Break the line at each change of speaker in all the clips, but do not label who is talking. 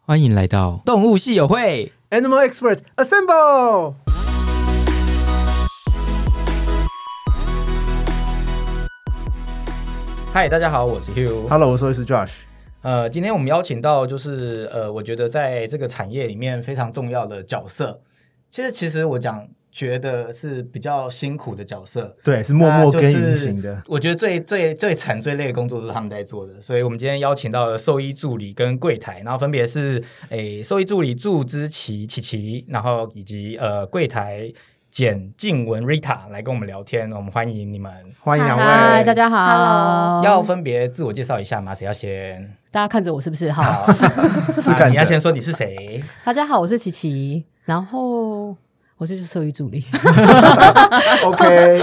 欢迎来到动物系友会。
Animal Expert Assemble！
嗨，大家好，我是 Hugh。
Hello，我是 Louis Josh。
呃，今天我们邀请到就是呃，我觉得在这个产业里面非常重要的角色。其实，其实我讲觉得是比较辛苦的角色，
对，是默默
那就
耕
是
耘型的。
我觉得最最最惨最累的工作都是他们在做的，所以我们今天邀请到了兽医助理跟柜台，然后分别是诶兽医助理祝之琪琪琪，然后以及呃柜台简静文 Rita 来跟我们聊天，我们欢迎你们。
欢迎两位，
嗨，大家好哦
Hello
要分别自我介绍一下吗？谁要先？
大家看着我是不是？好，
好，
是
啊
感
你要
觉
先说你是谁？
大家好，我是琪琪，然后我这就是兽医 助理，
OK。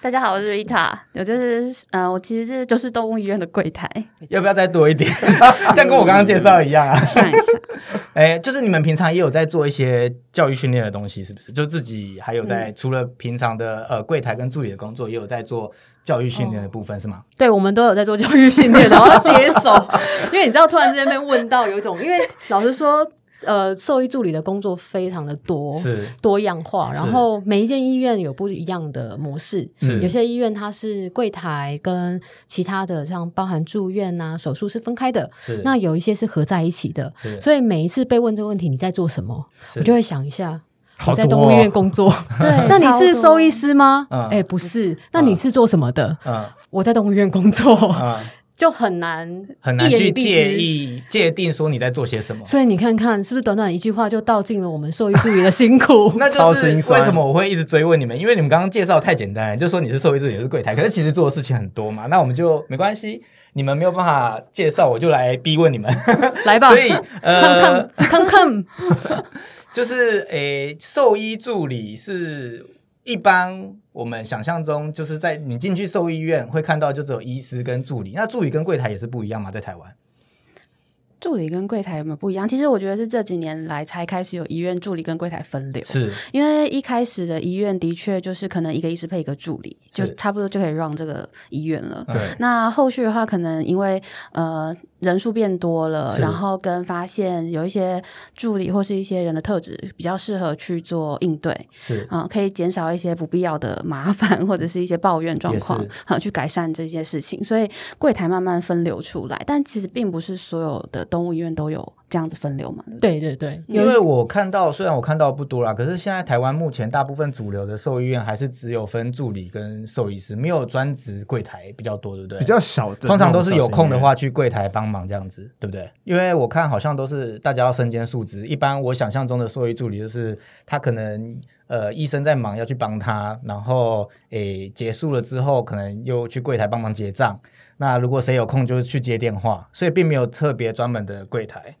大家好，我是 Rita，我嗯就是嗯、呃我其实是就是动物医院的柜 台，
要不要再多一点？ 这样跟我刚刚介绍一样啊。
算一下，
哎、就是你们平常也有在做一些教育训练的东西，是不是？就自己还有
嗯
在、除了平常的呃柜台跟助理的工作，也有在做教育训练的部分，是吗？
对我们都有在做教育训练，然后接手， 因为你知道，突然之间被问到，有一种，因为老实说，呃，兽医助理的工作非常的多，
是
多样化，
是
然后每一间医院有不一样的模式，
是
有些医院它是柜台跟其他的像包含住院啊、手术是分开的，
是，
那有一些是合在一起的，
是
所以每一次被问这个问题，你在做什么，我就会想一下。
好
我在
多
动物医
哦
院 工作，
对
那你是兽医？师吗？哎、
嗯
不是。那你是做什么的？
嗯
我在动物医院工作，
嗯，
就很难
很难
一言
去
以蔽之
介。意界定说你在做些什么。？
所以你看看，是不是短短一句话就道尽了我们兽医助理的辛苦
那
超
就是
心酸
为什么我会一直追问你们，因为你们刚刚介绍太简单了，就说你是兽医助理，也是柜台，可是其实做的事情很多嘛。那我们就没关系，你们没有办法介绍，我就来逼问你们。
来吧，
所以
看
呃
看，看看，
就是诶，兽医助理是一般我们想象中，就是在你进去兽医院会看到就只有医师跟助理，那助理跟柜台也是不一样嘛，在台湾
助理跟柜台有没有不一样？其实我觉得是这几年来才开始有医院助理跟柜台分流，
是
因为一开始的医院的确就是可能一个医师配一个助理，就是差不多就可以让这个医院了。
对
那后续的话，可能因为呃人数变多了，
是
然后跟发现有一些助理或是一些人的特质比较适合去做应对，
是
啊、可以减少一些不必要的麻烦或者是一些抱怨状况
也，
啊、去改善这些事情。所以柜台慢慢分流出来，但其实并不是所有的动物医院都有这样子分流嘛。对不对
对对对，
因
有
为我看到，虽然我看到不多啦，可是现在台湾目前大部分主流的兽医院还是只有分助理跟兽医师，没有专职柜台比较多，对不对？
比较小的，
通常都是有空的话，去柜台帮忙这样子，对不对？因为我看好像都是大家要身兼数职，一般我想象中的兽医助理就是他可能呃医生在忙要去帮他，然后诶结束了之后可能又去柜台帮忙结账，那如果谁有空就去接电话，所以并没有特别专门的柜台，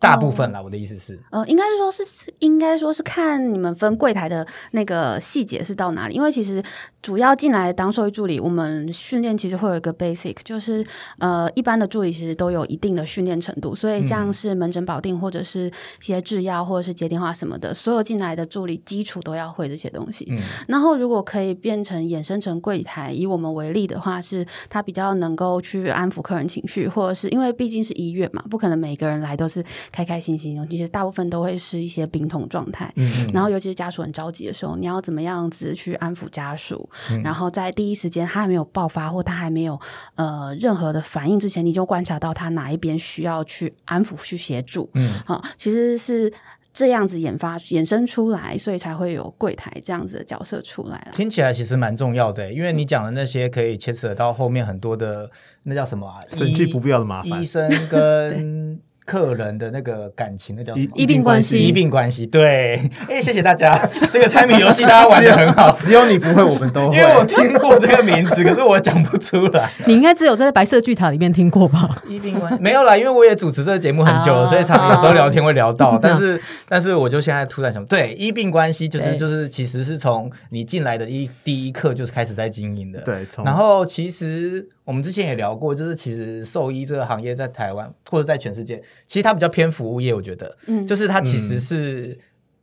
大部分啦，我的意思是。
呃，应该是说是应该说是看你们分柜台的那个细节是到哪里，因为其实主要进来当兽医助理，我们训练其实会有一个 basic，就是呃一般的助理其实都有一定的训练程度，所以像是门诊保定或者是一些制药或者是接电话什么的，所有进来的助理基础都要会这些东西。
嗯，
然后，如果可以变成衍生成柜台，以我们为例的话，是它比较能够去安抚客人情绪，或者是因为毕竟是医院嘛，不可能每个人来都是开开心心的，其实大部分都会是一些病痛状态。
嗯
然后，尤其是家属很着急的时候，你要怎么样子去安抚家属？
嗯
然后在第一时间他还没有爆发或他还没有呃任何的反应之前，你就观察到他哪一边需要去安抚、去协助。
嗯，
好、其实是这样子研发衍生出来，所以才会有柜台这样子的角色出来啦。
听起来其实蛮重要的，因为你讲的那些可以牵扯到后面很多的那叫什么啊？
省去不必要的麻烦
医。生跟客人的那个感情，那叫什么？
医病关系
医病关系，对， 哎、谢谢大家，这个猜谜游戏大家玩的很好，
只有你不会，我们都
因
会。
为我听过这个名字，可是我讲不出来。
你应该只有在白色巨塔里面听过吧？
医病关系没有啦，因为我也主持这个节目很久了，
啊
所以常常有时候聊天会聊到，但是但是我就现在突然想，对，医病关系就是
对
就是其实是从你进来的一第一刻就是开始在经营的，
对，从
然后其实我们之前也聊过，就是其实兽医这个行业在台湾或者在全世界，其实它比较偏服务业，我觉得，
嗯
就是它其实是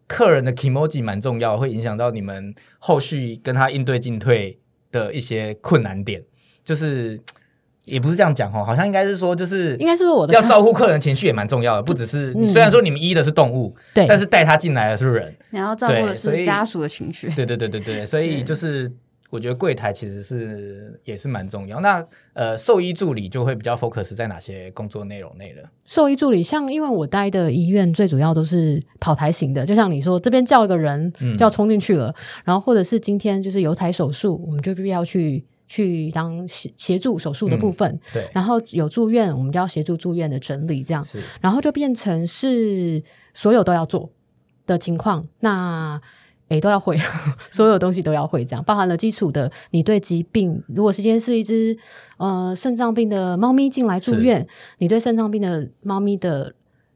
客人的 emoji 蛮重要，会影响到你们后续跟他应对进退的一些困难点，就是。也不是这样讲哦，好像应该是说就是
应该是说我的
要
看
照顾客人情绪也蛮重要的，不只是、
嗯
虽然说你们医的是动物，
对，
但是带他进来的是人。
你要照顾
对
的
所以
是家属的情绪。
对对对对对，所以就是我觉得柜台其实是也是蛮重要。那呃，兽医助理就会比较 focus 在哪些工作内容内了？
兽医助理，像因为我待的医院最主要都是跑台型的，就像你说，这边叫一个人
嗯
就要冲进去了，然后或者是今天就是有台手术，我们就必须要去去当协协助手术的部分，
对，
然后有住院，我们就要协助住院的整理这样，
是
然后就变成是所有都要做的情况，那诶都要会， 所有东西都要会，这样包含了基础的你对疾病，如果是今天是一只呃肾脏病的猫咪进来住院，你对肾脏病的猫咪的。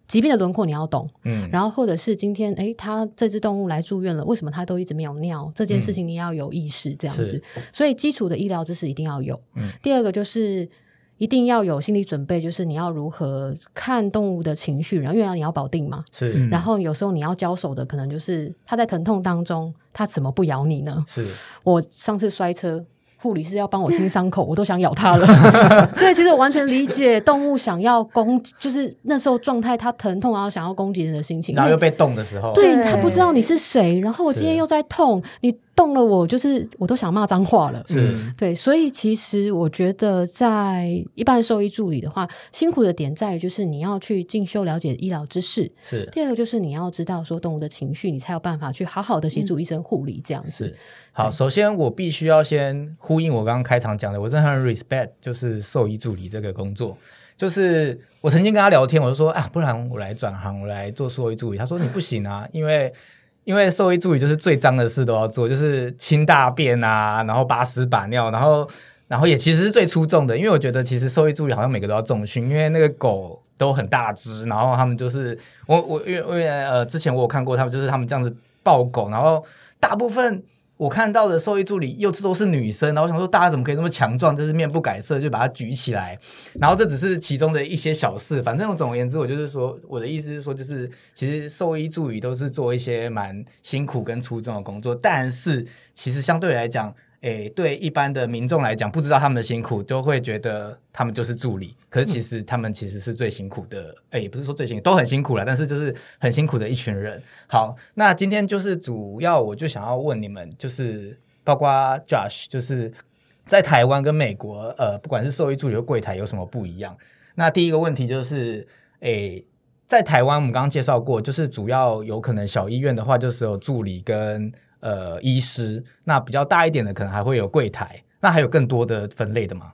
疾病的轮廓你要懂，
嗯，
然后或者是今天诶，它这只动物来住院了，为什么它都一直没有尿？这件事情你要有意识，这样子。
嗯是
所以基础的医疗知识一定要有。
嗯
第二个就是一定要有心理准备，就是你要如何看动物的情绪，然后因为你要保定嘛，
是、
嗯
然后有时候你要交手的可能就是它在疼痛当中，它怎么不咬你呢？
是，
我上次摔车。护理师要帮我清伤口，我都想咬它 了。所以其实我完全理解动物想要攻击，就是那时候状态它疼痛，然后想要攻击人的心情。
然后
因为
又被冻的时候，
对
对
他不知道你是谁，然后我今天
是
又在痛，你动了我，就是我都想骂脏话了。
是、
对，所以其实我觉得，在一般兽医助理的话，辛苦的点在于就是你要去进修了解医疗知识，
是
第二个就是你要知道说动物的情绪，你才有办法去好好的协助医生护理这样子。
是。好，首先我必须要先呼应我刚刚开场讲的，我真的很 respect 就是兽医助理这个工作。就是我曾经跟他聊天，我就说啊，不然我来转行，我来做兽医助理。他说你不行啊，因为因为兽医助理就是最脏的事都要做，就是清大便啊，然后把屎把尿，然后然后也其实是最出众的，因为我觉得其实兽医助理好像每个都要重训，因为那个狗都很大只，然后他们就是我我因为因为呃之前我有看过他们，就是他们这样子抱狗，然后大部分。我看到的兽医助理又都是女生，然后我想说大家怎么可以那么强壮，就是面不改色就把它举起来，然后这只是其中的一些小事，反正总而言之，我就是说，我的意思是说，就是其实兽医助理都是做一些蛮辛苦跟出众的工作，但是其实相对来讲，诶，对一般的民众来讲，不知道他们的辛苦，就会觉得他们就是助理，可是其实他们其实是最辛苦的，诶，也不是说最辛苦，都很辛苦了，但是就是很辛苦的一群人。好，那今天就是主要我就想要问你们，就是包括 Josh，就是在台湾跟美国，呃，不管是兽医助理或柜台有什么不一样？那第一个问题就是，诶、在台湾我们刚刚介绍过，就是主要有可能小医院的话，就是有助理跟呃医师，那比较大一点的可能还会有柜台，那还有更多的分类的嘛？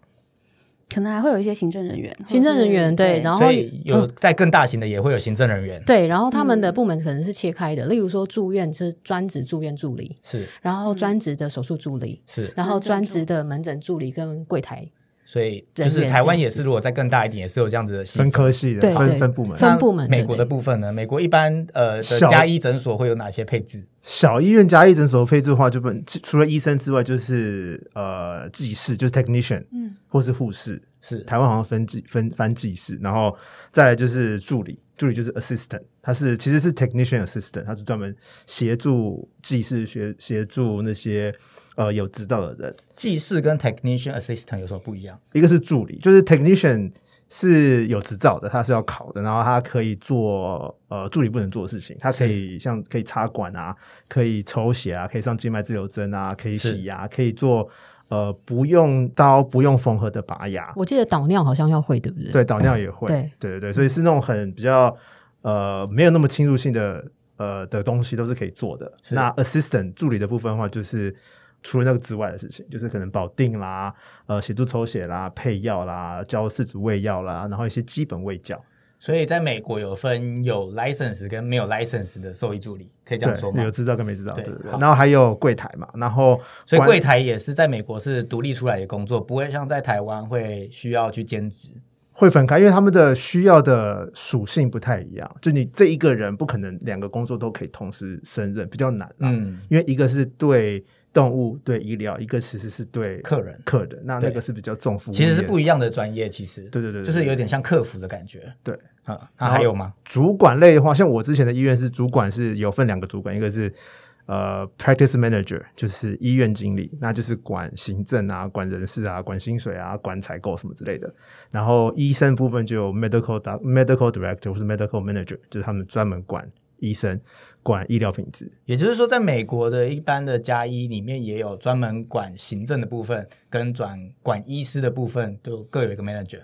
可能还会有一些行政人员，
行政人员
或是
对然后
所以有在更大型的也会有行政人员，
对，然后他们的部门可能是切开的，例如说住院就是专职住院助理，
是
然后专职的手术助理，
是，
然后
门诊
专
助
职的门诊助理跟柜台
所以就是台湾也是，如果再更大一点，也是有这样子的细
分科系
对
的，分
对
分部门。
分部门
那美国
对
的
对
部分呢？美国一般呃的
小
加医诊所会有哪些配置？
小医院加一诊所配置的话，就本除了医生之外，就是呃技师，就是 technician，
嗯，
或是护士。
是
台湾好像分技分分技师，然后再来就是助理，助理就是 assistant，他是其实是 technician assistant，他是专门协助技师学协助那些呃有执照的人。
技师跟 technician assistant 有什么不一样？
一个是助理，就是 technician 是有执照的，他是要考的，然后他可以做呃助理不能做的事情，他可以像可以插管啊，可以抽血啊，可以上静脉自由针啊，可以洗牙、可以做呃不用刀不用缝合的拔牙，
我记得导尿好像要会，对不对？
对，导尿也会，
对
对对对所以是那种很比较呃没有那么侵入性的呃的东西都是可以做的。
是
那 assistant 助理的部分的话，就是除了那个之外的事情，就是可能保定啦，呃，协助抽血啦、配药啦、教四组喂药啦，然后一些基本喂教，
所以在美国有分有 license 跟没有 license 的兽医助理，可以这样说
对，
吗
有？知道跟没知道，
对
对对对
好。
然后还有柜台嘛，然后
所以
管
柜台也是在美国是独立出来的工作，不会像在台湾会需要去兼职。
会分开，因为他们的需要的属性不太一样，就你这一个人不可能两个工作都可以同时胜任，比较难啦。
嗯，
因为一个是对动物、对医疗，一个其实是对
客人
客人，那
对
那个是比较重服务业，
其实是不一样的专业，其实
对对对对
就是有点像客服的感觉。
对。
啊，那
然后
还有吗？
主管类的话，像我之前的医院是主管是有分两个主管，一个是呃 practice manager，就是医院经理，那就是管行政啊、管人事啊、管薪水啊、管采购什么之类的。然后医生部分就有 medical doc- medical director 或是 medical manager，就是他们专门管医生、管医疗品质。
也就是说，在美国的一般的加医里面，也有专门管行政的部分，跟转管医师的部分，都各有一个 manager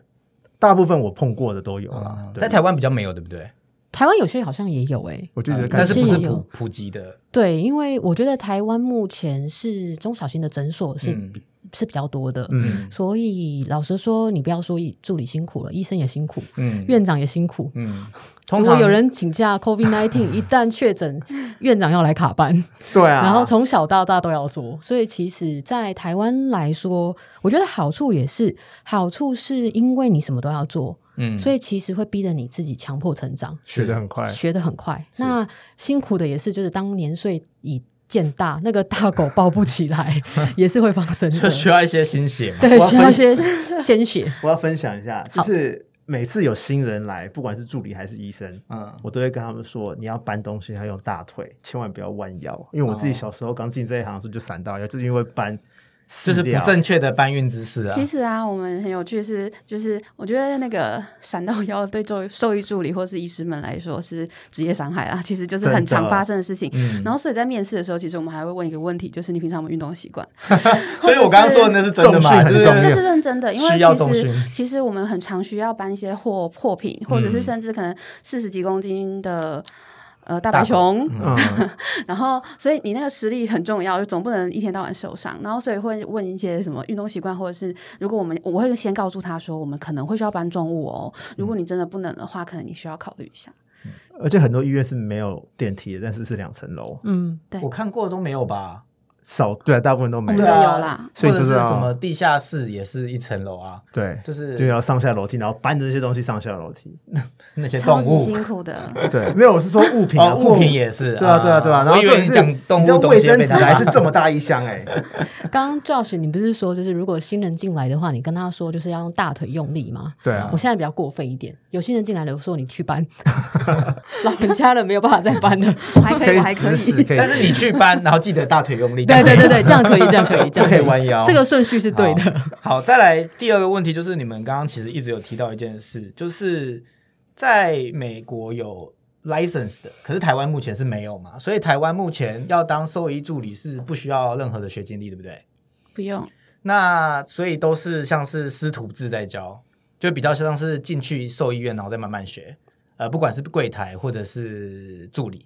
大部分我碰过的都有啦
啊。。
哦对
在台湾比较没有，对不对？
台湾有些好像也有哎、
我就觉得
啊但
看
是
是
不是
也有
普普及的？
对，因为我觉得台湾目前是中小型的诊所是、
嗯
是比较多的，
嗯
所以老实说，你不要说医助理辛苦了，医生也辛苦，
嗯
院长也辛苦。
嗯，
如
通
果
常
有人请假，COVID nineteen 一旦确诊，院长要来卡班，
对啊，
然后从小到大都要做。所以其实，在台湾来说，我觉得好处也是，好处是因为你什么都要做，
嗯，
所
以
以其实会逼得你自己强迫成长。
学的很快，
学得很快。那辛苦的也是，就是当年岁已渐大，那个大狗抱不起 来，也是会放生
就
的。
需要一些新血嘛。
对
我，要
需要一些鲜血。
我要分享一下，就是每次有新人来，不管是助理还是医生，
嗯，
我都会跟他们说，你要搬东西要用大腿，千万不要弯腰，因为我自己小时候刚进这一行的时候就闪到腰，就是因为搬
就
饲
是不
料，
正确的搬运姿势啊。
其实啊，我们很有趣是，就是我觉得那个闪到腰对兽兽医助理或是医师们来说是职业伤害啦，啊其实就是很
真
常
的
发生的事情。
嗯
然后，所以在面试的时候，其实我们还会问一个问题，就是你平常有没有运动习惯？
所以我刚刚说的那是真的嘛？
重训还
就是是
重
这
训
是认真的，因为
需要
其
重
实
训
其实我们很常需要搬一些货货品，或者是甚至可能四十几公斤的呃大
大
白
狗
熊，
嗯，
然后所以你那个实力很重要，就总不能一天到晚受伤。然后所以会问一些什么运动习惯，或者是如果我们我会先告诉他说，我们可能会需要搬重物哦，如果你真的不能的话，可能你需要考虑一下。
而且很多医院是没有电梯的，但是是两层楼，
嗯，
我看过都没有吧？
少对啊，大部分都没
对
有
啊，有啦
所以
或
就
者是
是要
什么地下室也是一层楼啊，
对，
就是
就要上下楼梯，然后搬着这些东西上下楼梯，
那些
超
动
级
物
辛苦的，
对，没有，我是说物品啊，
哦，物品也是。
对啊，对啊，对啊，然
我
后
以为
重点
你
是
讲动
你知
物
道
东
卫
西
生
被
纸啊
他
还
打
是 这么大一箱哎，
刚刚 Josh，你不是说就是如果新人进来的话，你跟他说就是要用大腿用力吗？
对啊
我，现在比较过分一点，有新人进来了，我说你 去搬，老人家了没有办法再搬了。
我还可以，我还可
指使，
以。
可以，
但是你去搬，然后记得大腿用力。
对对对对，这样可以，这样可以，
不
这样
可以弯腰，
这个顺序是对的。
好，再来第二个问题就是，你们刚刚其实一直有提到一件事，就是在美国有 license 的，可是台湾目前是没有嘛，所以台湾目前要当兽医助理是不需要任何的学经历，对不对？
不用，
那所以都是像是师徒制在教，就比较像是进去兽医院，然后再慢慢学。呃，不管是柜台或者是助理，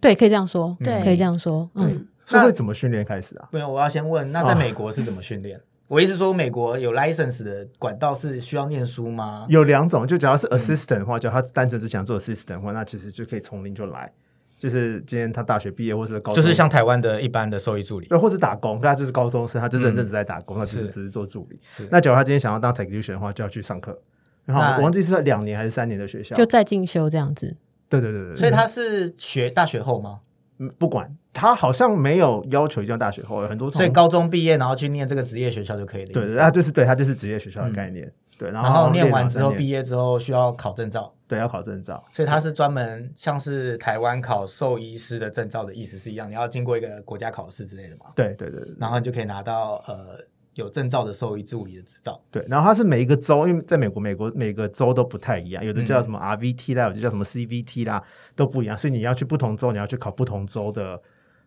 对，可以这样说，
对
可以这样说。嗯，
嗯，
是会怎么训练开始啊？
没有，我要先问，那在美国是怎么训练？我意思说，美国有 license 的管道是需要念书吗？
有两种，就只要是
嗯
assistant 的话，只要他单纯只想做 assistant 的话，那其实就可以从零就来，就是今天他大学毕业或是高中，
就是像台湾的一般的兽医助理，
对，或是打工，他就是高中生，他就认真
嗯
只在打工，那就是是只是做助理
是。
那假如他今天想要当 technician 的话，就要去上课。然后
那
我忘记是两年还是三年的学校，
就再进修这样子。
对对对对，
所以他是学大学后吗？
嗯不管他好像没有要求一定要大学后，有很多
所以
同
高中毕业然后去念这个职业学校就可以的意思。
对对，他就是对他就是职业学校的概念，对，然
嗯然后念完
两
之
三
后
年
毕业之后需要考证照，
对要考证照，
所以他是专门像是台湾考兽医师的证照的意思是一样，你要经过一个国家考试之类的嘛，
对对对对，
然后你就可以拿到呃有证照的兽医助理的执照。
对，然后它是每一个州，因为在美国，美国每个州都不太一样，有的叫
嗯
什么 RVT 啦，有的叫什么 CVT 啦，都不一样，所以你要去不同州，你要去考不同州的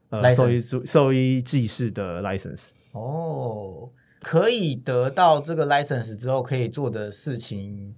呃
License
兽医助兽医技师的 license。
哦，可以得到这个 license 之后可以做的事情，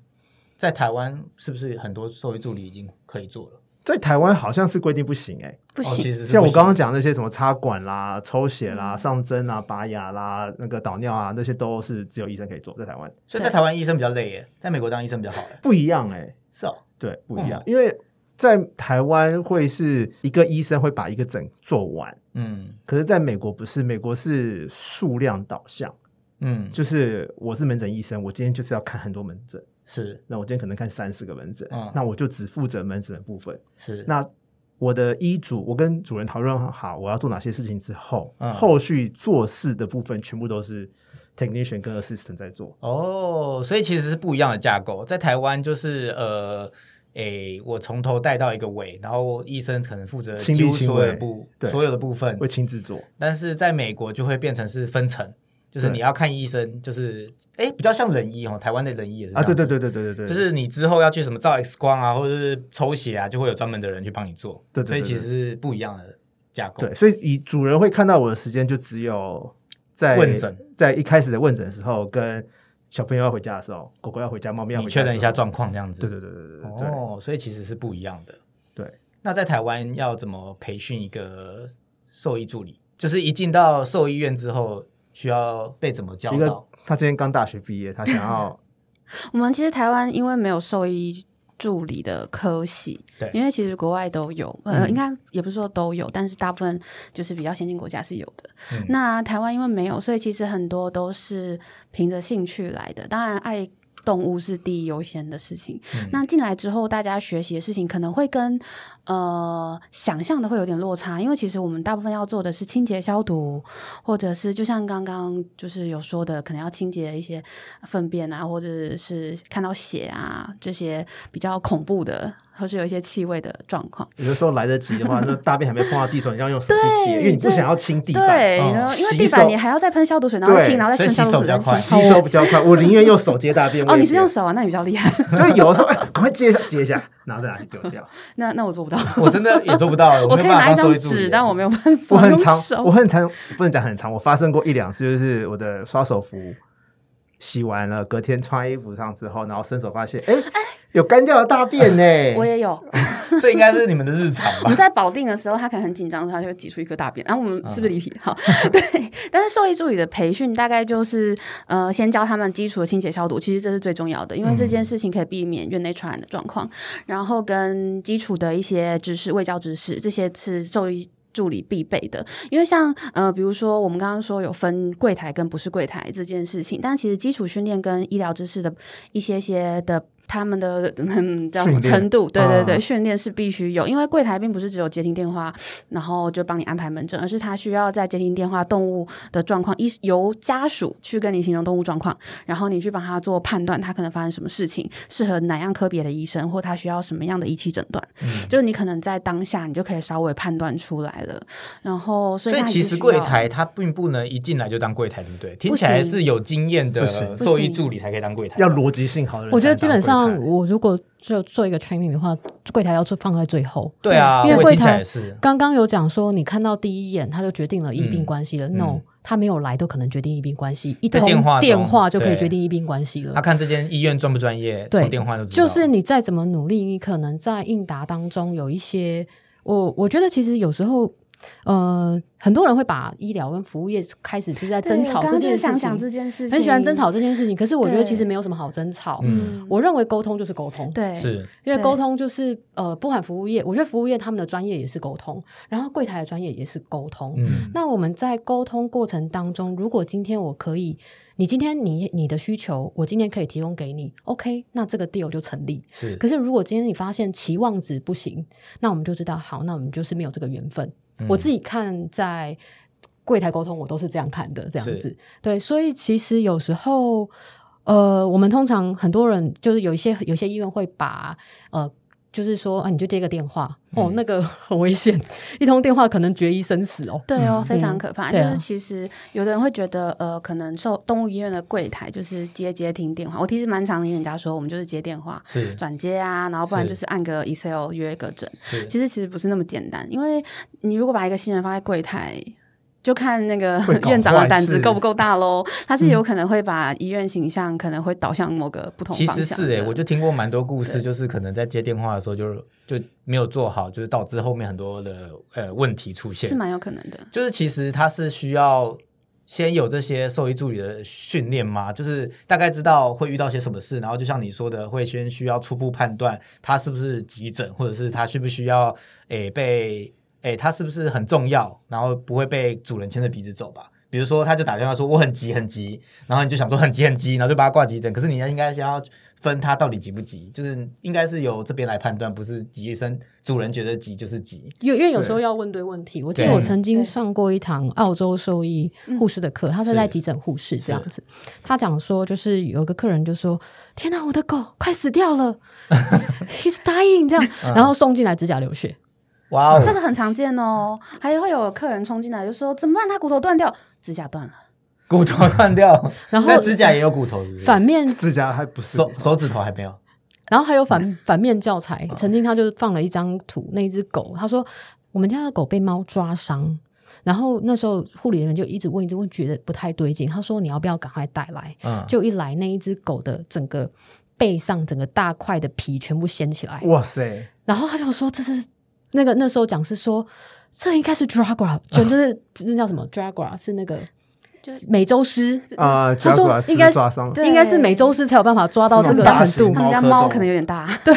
在台湾是不是很多兽医助理已经可以做了？
在台湾好像是规定不行哎、
不
哦，
行，
其实是
像
不
我
行嗯
刚刚讲那些什么插管啦、抽血啦、上针啊、拔牙啦、那个导尿啊，那些都是只有医生可以做，在台湾
所以在台湾医生比较累耶，在美国当医生比较好耶。
不一样哎、
是哦，
对，不一样，因为在台湾会是一个医生会把一个诊做完，
嗯
可是在美国不是，美国是数量导向。
嗯，
就是我是门诊医生，我今天就是要看很多门诊，
是
那我今天可能看三十个门诊，
嗯
那我就只负责门诊的部分。
是，
那我的医嘱，我跟主任讨论好我要做哪些事情之后，
嗯
后续做事的部分全部都是 technician 跟 assistant 在做。
哦，所以其实是不一样的架构，在台湾就是呃。诶，我从头带到一个尾，然后医生可能负责
亲力
几乎
亲
所有的
为
部
对
所有的部分
会，亲自做，
但是在美国就会变成是分层，就是
对
你要看医生，就是诶比较像仁医哦，台湾的仁医也是这
啊，
样
对对对对对对对，
就是你之后要去什么照 X 光啊，或者是抽血啊，就会有专门的人去帮你做，
对对对
所以其实是不一样的架构，
对，所以以主人会看到我的时间就只有在
问诊，
在一开始的问诊的时候，跟小朋友要回家的时候，狗狗要回家，猫咪要
你
回
确
家，
认一下，状况这样子，
对对对对对对对，
哦，所以其实是不一样的。
对，
那在台湾要怎么培训一个兽医助理？就是一进到兽医院之后，需要被怎么教
一个
导？
他今天刚大学毕业，他想要
我们其实台湾因为没有兽医助理的科系，
对嗯
因为其实国外都有，呃，应该也不是说都有，但是大部分就是比较先进国家是有的。
嗯
那台湾因为没有，所以其实很多都是凭着兴趣来的，当然爱。动物是第一优先的事情。
嗯
那进来之后，大家学习的事情可能会跟呃想象的会有点落差，因为其实我们大部分要做的是清洁消毒，或者是就像刚刚就是有说的，可能要清洁一些粪便啊，或者是看到血啊这些比较恐怖的，或是有一些气味的状况。
有的时候来得及的话，那大便还没碰到地上，你要用手去
对
接，因为你不
这
想要清地板，
对，
嗯
然后因为
洗
地板
手
你还要再喷消毒水，然后
对
清，然后再
所以
喷消
洗手
毒水，
比较
再
快
清。
吸收比较快，我宁愿用手接大便。
哦，
我也
你是
觉
用
得
手啊？那你比较厉害。
就是有的时候，哎，赶快接一下，接一下，然后再拿去丢 掉。
那那我做不到，
我真的也做不到，
我
没
可
有
以
办法
拿一
当兽
张
医助
纸
理，
但我没有办
我
法
很
用
常，我
手。
很常，不能讲很常，我发生过一两次，就是我的刷手服洗完了，隔天穿衣服上之后，然后伸手发现，哎，有干掉的大便呢。
我也有，
这应该是你们的日常
我
吧
们？在保定的时候，他可能很紧张，他就会挤出一颗大便。啊然后我们是不是离题？好， 对。但是兽医助理的培训大概就是呃，先教他们基础的清洁消毒，其实这是最重要的，因为这件事情可以避免院内传染的状况。然后跟基础的一些知识、卫教知识，这些是兽医。助理必备的，因为像呃，比如说我们刚刚说有分柜台跟不是柜台这件事情，但其实基础训练跟医疗知识的一些些的他们的嗯叫什么
训练
程度，对对对，
啊
训练是必须有，因为柜台并不是只有接听电话，然后就帮你安排门诊，而是他需要在接听电话动物的状况，一由家属去跟你形容动物状况，然后你去帮他做判断，他可能发生什么事情，适合哪样科别的医生，或他需要什么样的仪器诊断，
嗯
就是你可能在当下你就可以稍微判断出来了。然后，所
所
以
以
他
其
也
实
是需
柜
要
台它并不能一进来就当柜台，对不对？听起来是有经验的
不行
兽医助理才可以当柜台。
要逻辑性好的人才能当柜台，
我觉得基本上，我如果就做一个 training 的话，柜台要做放在最后。
对啊，
因为
我
柜
听起来
台
也是。
刚刚有讲说，你看到第一眼他就决定了医病
嗯
关系了。
嗯
no，他没有来都可能决定医病关系，一
在
通
电话中
就可以
对
决定医病关系了
他。看这间医院专不专业，
对
从电话就知道。
就是你再怎么努力，你可能在应答当中有一些，我我觉得其实有时候，呃，很多人会把医疗跟服务业开始就是在争吵这件事
想
情
想，这件事情，
很喜欢争吵这件事情。可是我觉得
对
其实没有什么好争吵。
嗯，
我认为沟通就是沟通，
对，
是
因
对
为沟通就是呃，不管服务业，我觉得服务业他们的专业也是沟通，然后柜台的专业也是沟通。
嗯，
那我们在沟通过程当中，如果今天我可以，你今天你你的需求，我今天可以提供给你，OK，那这个 deal 就成立。
是
可是如果今天你发现期望值不行，那我们就知道，好，那我们就是没有这个缘分。
嗯
我自己看在柜台沟通，我都是这样看的，这样子。对，所以其实有时候，呃，我们通常很多人就是有一些有些医院会把呃。就是说啊，你就接个电话哦，那个很危险，一通电话可能决一生死哦。
对哦，
嗯
非常
嗯
可怕。就
对啊
是其实有的人会觉得，呃，可能受动物医院的柜台就是接接听电话。我其实蛮常跟人家说，我们就是接电话
是
转接啊，然后不然
是
就是按个 Excel 约个诊。
是
其实其实不是那么简单，因为你如果把一个新人放在柜台。就看那个
会搞
院长的
坏
胆子
事
够不够大喽，他是有可能会把医院形象可能会导向某个不同
其
方向
实
的。
是哎、我就听过蛮多故事，就是可能在接电话的时候就就没有做好，就是导致后面很多的呃问题出现。
是蛮有可能的。
就是其实它是需要先有这些兽医助理的训练吗？就是大概知道会遇到些什么事，然后就像你说的，会先需要初步判断他是不是急诊，或者是他需不需要诶、被诶、他是不是很重要，然后不会被主人牵着鼻子走吧？比如说，他就打电话说我很急很急，然后你就想说很急很急，然后就把他挂急诊。可是你应该先要分他到底急不急，就是应该是由这边来判断，不是医生主人觉得急就是急。
有因为有时候要问对问题。我记得
对
我曾经
对
上过一堂澳洲兽医护士的课，他是在急诊护士这样子。他讲说，就是有一个客人就说：“天哪，我的狗快死掉 了，he's dying。”这样，然后送进来指甲流血。
哇 哦，
这个很常见哦，还会有客人冲进来就说怎么办？他骨头断掉，指甲断了。
骨头断掉，
然后
那指甲也有骨头是不是
反面，
指甲还不是
手手指头还没有。
然后还有
嗯
反反面教材。曾经他就放了一张图，那一只狗，他说：“我们家的狗被猫抓伤。”然后那时候护理人员就一直问，一直问，觉得不太对劲。他说：“你要不要赶快带来？”
嗯，
就一来那一只狗的整个背上整个大块的皮全部掀起来，
哇塞，
然后他就说这是那个那时候讲是说这应该是
啊
dragra，就就是那叫什么 dragra 是那个
就是
美洲狮。
啊，
呃他
抓过来
说
只
应该
抓伤了
对
应该是美洲狮才有办法抓到这个
是吗
程
他
度
们，
猫科
家
动
猫
物
可能有点大，
对。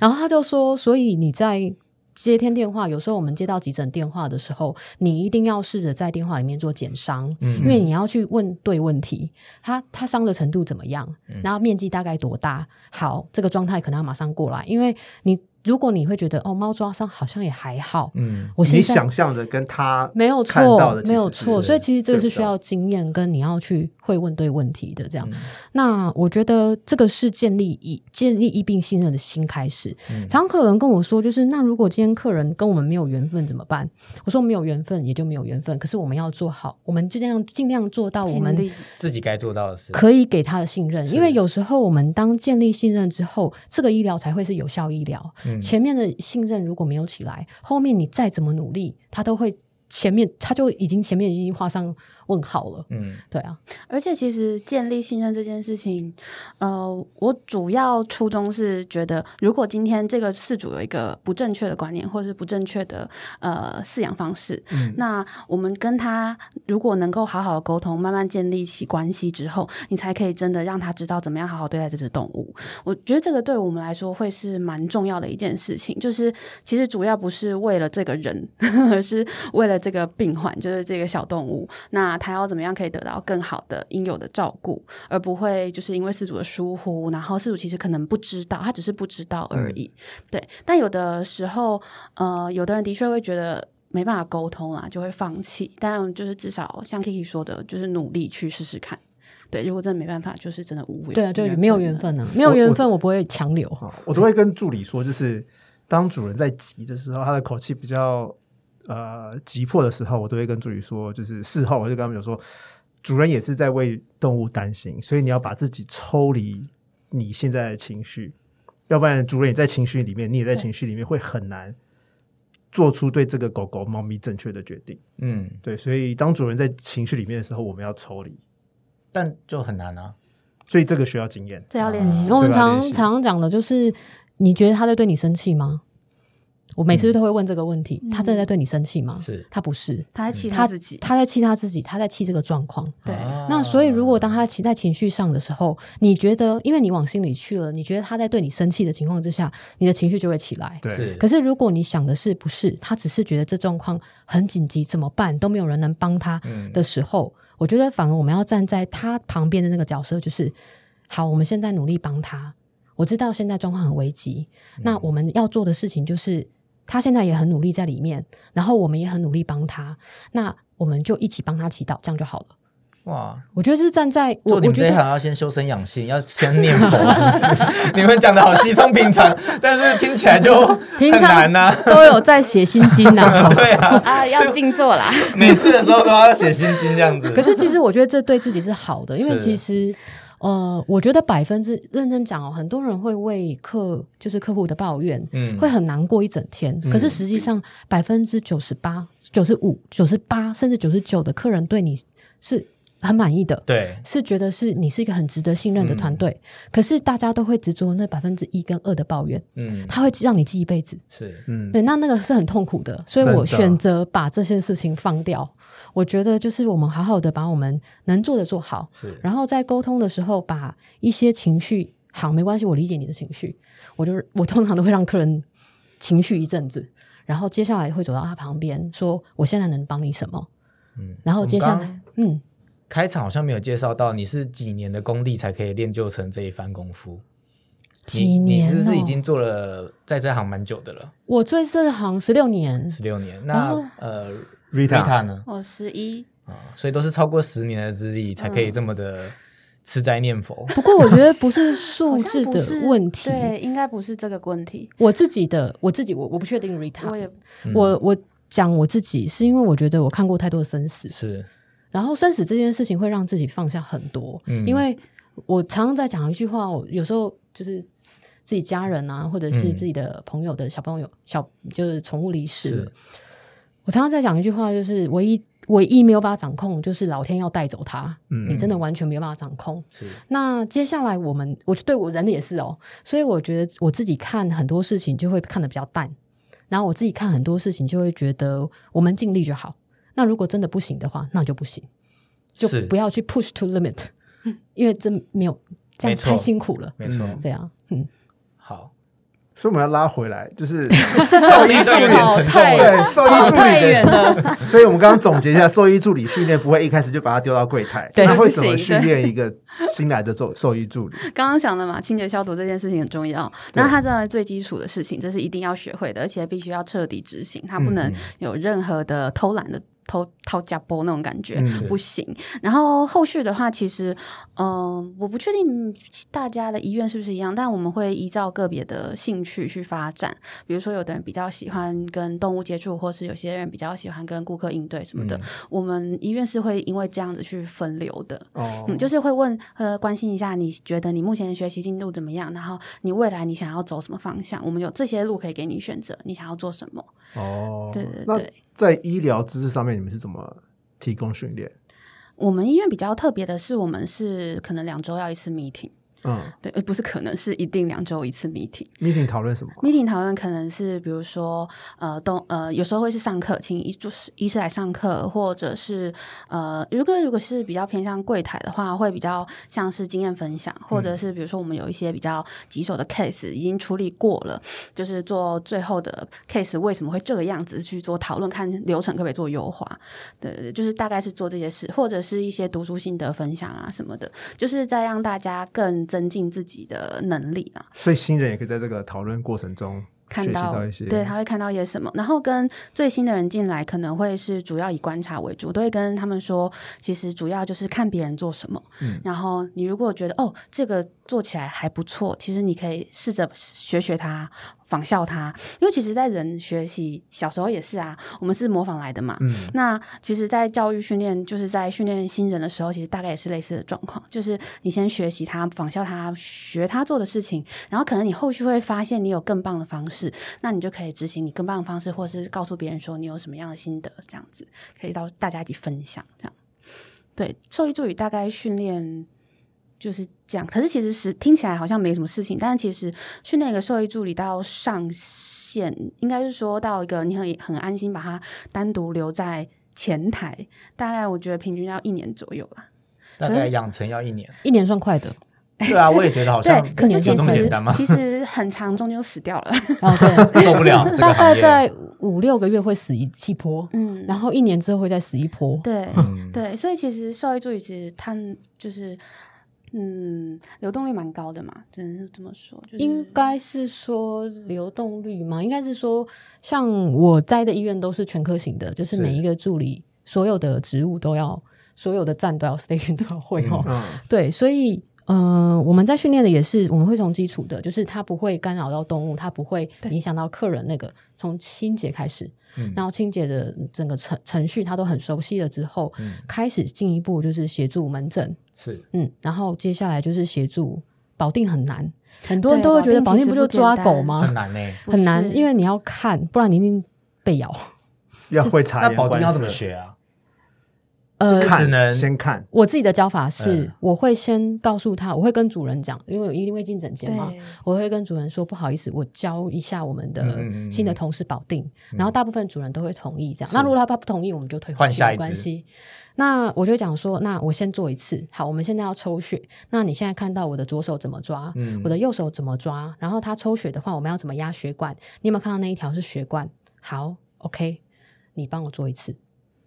然后他就说，所以你在接天电话，有时候我们接到急诊电话的时候，你一定要试着在电话里面做减伤，
嗯
因为你要去问对问题，他他伤的程度怎么样，
嗯
然后面积大概多大？好，这个状态可能要马上过来，因为你如果你会觉得哦，猫抓伤好像也还好，
嗯
我
你
现在
想象的跟他
没有
看到
错
的，其
没有
实是
错，所以其实这个是
对不
需
到
要经验跟你要去会问对问题的这样。
嗯
那我觉得这个是建立一建立一并信任的新开始。
嗯
常常客人跟我说，就是那如果今天客人跟我们没有缘分怎么办？我说没有缘分也就没有缘分，可是我们要做好，我们尽量尽量做到我
尽
们
力
自己该做到的事。
可以给他的信任，
是
因为有时候我们当建立信任之后，这个医疗才会是有效医疗。
嗯
前面的信任如果没有起来，后面你再怎么努力，他都会前面他就已经前面已经画上问号了。
嗯
对啊，
而且其实建立信任这件事情，呃，我主要初衷是觉得，如果今天这个饲主有一个不正确的观念，或是不正确的呃饲养方式，那我们跟他如果能够好好的沟通，慢慢建立起关系之后，你才可以真的让他知道怎么样好好对待这只动物。我觉得这个对我们来说会是蛮重要的一件事情，就是其实主要不是为了这个人，而是为了这个病患，就是这个小动物，那他要怎么样可以得到更好的应有的照顾，而不会就是因为饲主的疏忽，然后饲主其实可能不知道，他只是不知道而已。
嗯
对，但有的时候，呃，有的人的确会觉得。没办法沟通啊，就会放弃。但就是至少像 Kiki 说的，就是努力去试试看。对，如果真的没办法，就是真的无缘。
对啊，就没有缘
了
分啊，没有缘分我不会强留。
啊，我都会跟助理说，就是当主人在急的时候，他的口气比较呃急迫的时候，我都会跟助理说，就是事后我就跟他们讲说，主人也是在为动物担心，所以你要把自己抽离你现在的情绪，要不然主人也在情绪里面，你也在情绪里面，会很难做出对这个狗狗、猫咪正确的决定。
嗯，
对，所以当主人在情绪里面的时候，我们要抽离，
但就很难啊。
所以这个需要经验。
这要练习
我
这
们
个要
常
练习
常讲的就是，你觉得他在对你生气吗？我每次都会问这个问题，他真的在对你生气吗？
是
他不是，
他在嗯气
他
他自己，
他在气他自己，他在气这个状况。
对，
啊
那所以，如果当他情在情绪上的时候，你觉得，因为你往心里去了，你觉得他在对你生气的情况之下，你的情绪就会起来。
对，
是
可是如果你想的是不是，他只是觉得这状况很紧急，怎么办？都没有人能帮他
嗯
的时候，我觉得反而我们要站在他旁边的那个角色，就是好，我们现在努力帮他。我知道现在状况很危急，那我们要做的事情就是，他现在也很努力在里面，然后我们也很努力帮他，那我们就一起帮他祈祷，这样就好了。
哇，
我觉得是站在我，
做你
我
们
觉
这一
得
行要先修身养性，要先念佛， 是不是？你们讲的好稀松平常，但是听起来就很
平
难啊呐、
常都有在写心经 呐、
对啊，
啊，要静坐啦。
每次的时候都要写心经这样子。
可是其实我觉得这对自己是好的，因为
是
其实。呃，我觉得百分之认真讲哦，很多人会为客就是客户的抱怨，
嗯
会很难过一整天。可是实际上百分之九十八、九十五、九十八甚至九十九的客人对你是很满意的，
对，
是觉得是你是一个很值得信任的团队。可是大家都会执着那百分之一跟二的抱怨，
嗯，
他会让你记一辈子。
是
嗯，
对，那那个是很痛苦的，所以
真
我
的
选择把这些事情放掉。我觉得就是我们好好的把我们能做的做好，
是，
然后在沟通的时候把一些情绪，好，没关系，我理解你的情绪，我就我通常都会让客人情绪一阵子，然后接下来会走到他旁边，说我现在能帮你什么。
嗯，
然后接下
我们
来
刚，
嗯，
开场好像没有介绍到，你是几年的功力才可以练就成这一番功夫？
几
你？
年、
你
哦？
是不是已经做了在这行蛮久的了？
我最这行十六年，
十六年。
然
那
后
呃
Rita
呢？
我十一，
啊，所以都是超过十年的资历才可以这么的吃斋念 佛。
不过我觉得不 是数
好
字
像不是
的问题，
对，应该不是这个问题。
我自己的我自己我我不确定 Rita，
我也
嗯
我我讲我自己是因为我觉得我看过太多的生死，
是
然后生死这件事情会让自己放下很多，
嗯
因为我常常在讲一句话，我有时候就是自己家人啊，或者是
嗯
自己的朋友的小朋友小就是宠物离世
是，
我常常在讲一句话，就是唯一唯一没有办法掌控，就是老天要带走他，
嗯
你真的完全没有办法掌控。
是，
那接下来我们，我对我人也是哦，所以我觉得我自己看很多事情就会看得比较淡，然后我自己看很多事情就会觉得我们尽力就好。那如果真的不行的话，那就不行，就是不要去 push to limit，因为真没有这
没
样
错
太辛苦了。
没错。
嗯
对啊，嗯，
好，
所以我们要拉回来，就是
这一段有点
好
沉重
太
了。
对兽医
跑
助
太
理
远
的，
了，
所以我们刚刚总结一下，兽医助理训练不会一开始就把他丢到柜台，
对
那会
不
怎么
行
训
对
练一个新来的兽兽医助理？
刚刚讲的嘛，清洁消毒这件事情很重要。那它这最基础的事情，这是一定要学会的，而且必须要彻底执行，它不能有任何的偷懒的偷偷家波那种感觉。
嗯
不行，然后后续的话，其实，嗯、我不确定大家的医院是不是一样，但我们会依照个别的兴趣去发展。比如说，有的人比较喜欢跟动物接触，或是有些人比较喜欢跟顾客应对什
嗯
么
嗯
的。我们医院是会因为这样子去分流的。
哦
嗯，就是会问呃，关心一下，你觉得你目前的学习进度怎么样？然后你未来你想要走什么方向？我们有这些路可以给你选择，你想要做什么？
哦，
对对
那
对，
在医疗知识上面，你们是怎么提供训练？
我们医院比较特别的是，我们是可能两周要一次 meeting，
嗯
对，呃不是可能是一定两周一次 meeting。
，meeting 讨论什么？
meeting 讨论可能是比如说呃动呃有时候会是上课，请医就是医师来上课，或者是呃如果如果是比较偏向柜台的话，会比较像是经验分享，或者是比如说我们有一些比较棘手的 case 已经处理过了，就是做最后的 case 为什么会这个样子去做讨论，看流程可不可以做优化，对，就是大概是做这些事，或者是一些读书心得分享啊什么的，就是在让大家更增进自己的能力啊。
所以新人也可以在这个讨论过程中学
看
习
到
到一些，
对，他会看到一些什么。然后跟最新的人进来，可能会是主要以观察为主，都会跟他们说，其实主要就是看别人做什么。
嗯
然后你如果觉得哦，这个做起来还不错，其实你可以试着学学他。仿效他，因为其实，在人学习小时候也是啊，我们是模仿来的嘛。
嗯
那其实，在教育训练，就是在训练新人的时候，其实大概也是类似的状况，就是你先学习他，仿效他，学他做的事情，然后可能你后续会发现你有更棒的方式，那你就可以执行你更棒的方式，或是告诉别人说你有什么样的心得，这样子可以到大家一起分享。这样，对，兽医助理大概训练就是这样。可是其实是听起来好像没什么事情，但其实训练一个兽医助理到上线，应该是说到一个你很很安心把他单独留在前台，大概我觉得平均要一年左右啦。
大概养成要一年。
一年算快的。
对 啊，我也觉得好像
对，可是
一
其
有这么简
实？
单吗
其实很长，终究死掉了。
哦，对，
受不了， 这个
大
行
概
业
在五六个月会死一一波，
嗯，
然后一年之后会再死一波。
对，
嗯
对，所以其实兽医助理其实他们就是，嗯，流动率蛮高的嘛，只能是这么说。就是、
应该是说流动率嘛，应该是说像我在的医院都是全科型的，就是
是
每一个助理所有的职务都要，所有的站都要 station 都要会哦。
嗯
对，所以呃，我们在训练的也是，我们会从基础的，就是它不会干扰到动物，它不会
对
影响到客人那个，从清洁开始，
嗯
然后清洁的整个程程序它都很熟悉了之后，
嗯
开始进一步就是协助门诊，
是
嗯，然后接下来就是协助保定很难，很多人
对
都会觉得
保
保
定其
定
实
不
不
就
简
抓
单
狗吗？
很难呢。欸
不
很难
是，
因为你要看，不然你一定 被咬。
要会察
那
言
保定
观
要怎么
色？
学啊？
呃，
就是
看，
只能
先看，
我自己的教法是，
嗯
我会先告诉他，我会跟主人讲，因为我一定会进诊间嘛
对，
我会跟主人说，不好意思，我教一下我们的
嗯嗯嗯
新的同事保定，然后大部分主人都会同意这样。那如果他不同意，我们就退
换
回去，
下一
没关
只
系。那我就会讲说，那我先做一次，好，我们现在要抽血，那你现在看到我的左手怎么抓，
嗯
我的右手怎么抓，然后他抽血的话，我们要怎么压血管？你有没有看到那一条是血管？好，OK，你帮我做一次。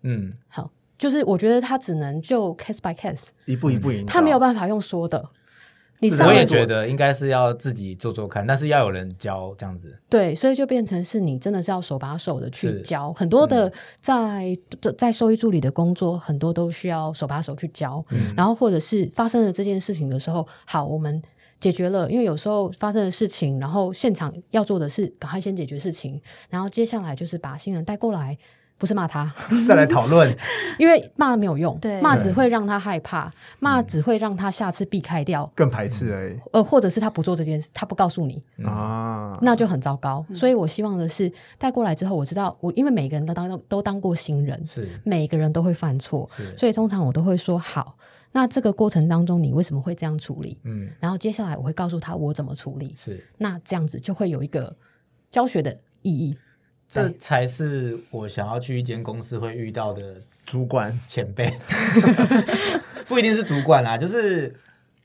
嗯，
好，就是我觉得他只能就 case by case，
一步一
嗯
步引导，
他没有办法用说的。你
是
上
我
了
也
来做
觉得应该是要自己做做看，但是要有人教这样子。
对，所以就变成是你真的是要手把手的去
是
教，很多的在、在兽医助理的工作，很多都需要手把手去教。然后或者是发生了这件事情的时候，好，我们解决了，因为有时候发生了事情，然后现场要做的是赶快先解决事情，然后接下来就是把新人带过来。不是骂他，
再来讨论。
因为骂没有用，
对
骂只会让他害怕，骂只会让他下次避开掉，
更排
嗯
斥而已
呃，或者是他不做这件事，他不告诉你，
啊。
那就很糟糕。所以我希望的是，带过来之后，我知道我因为每个人都当都当过新人，
是
每个人都会犯错，
是，
所以通常我都会说好。那这个过程当中，你为什么会这样处理？
嗯
然后接下来我会告诉他我怎么处理，
是，
那这样子就会有一个教学的意义。
这才是我想要去一间公司会遇到的
主管
前 辈，不一定是主管啦，就是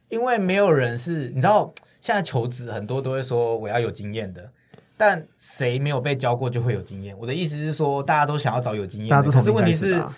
因为没有人是，你知道，现在求职很多都会说我要有经验的，但谁没有被教过就会有经验。我的意思是说，大家都想要找有经验
大家
的，
都
可
从
是
零
问题
开始
是
吧，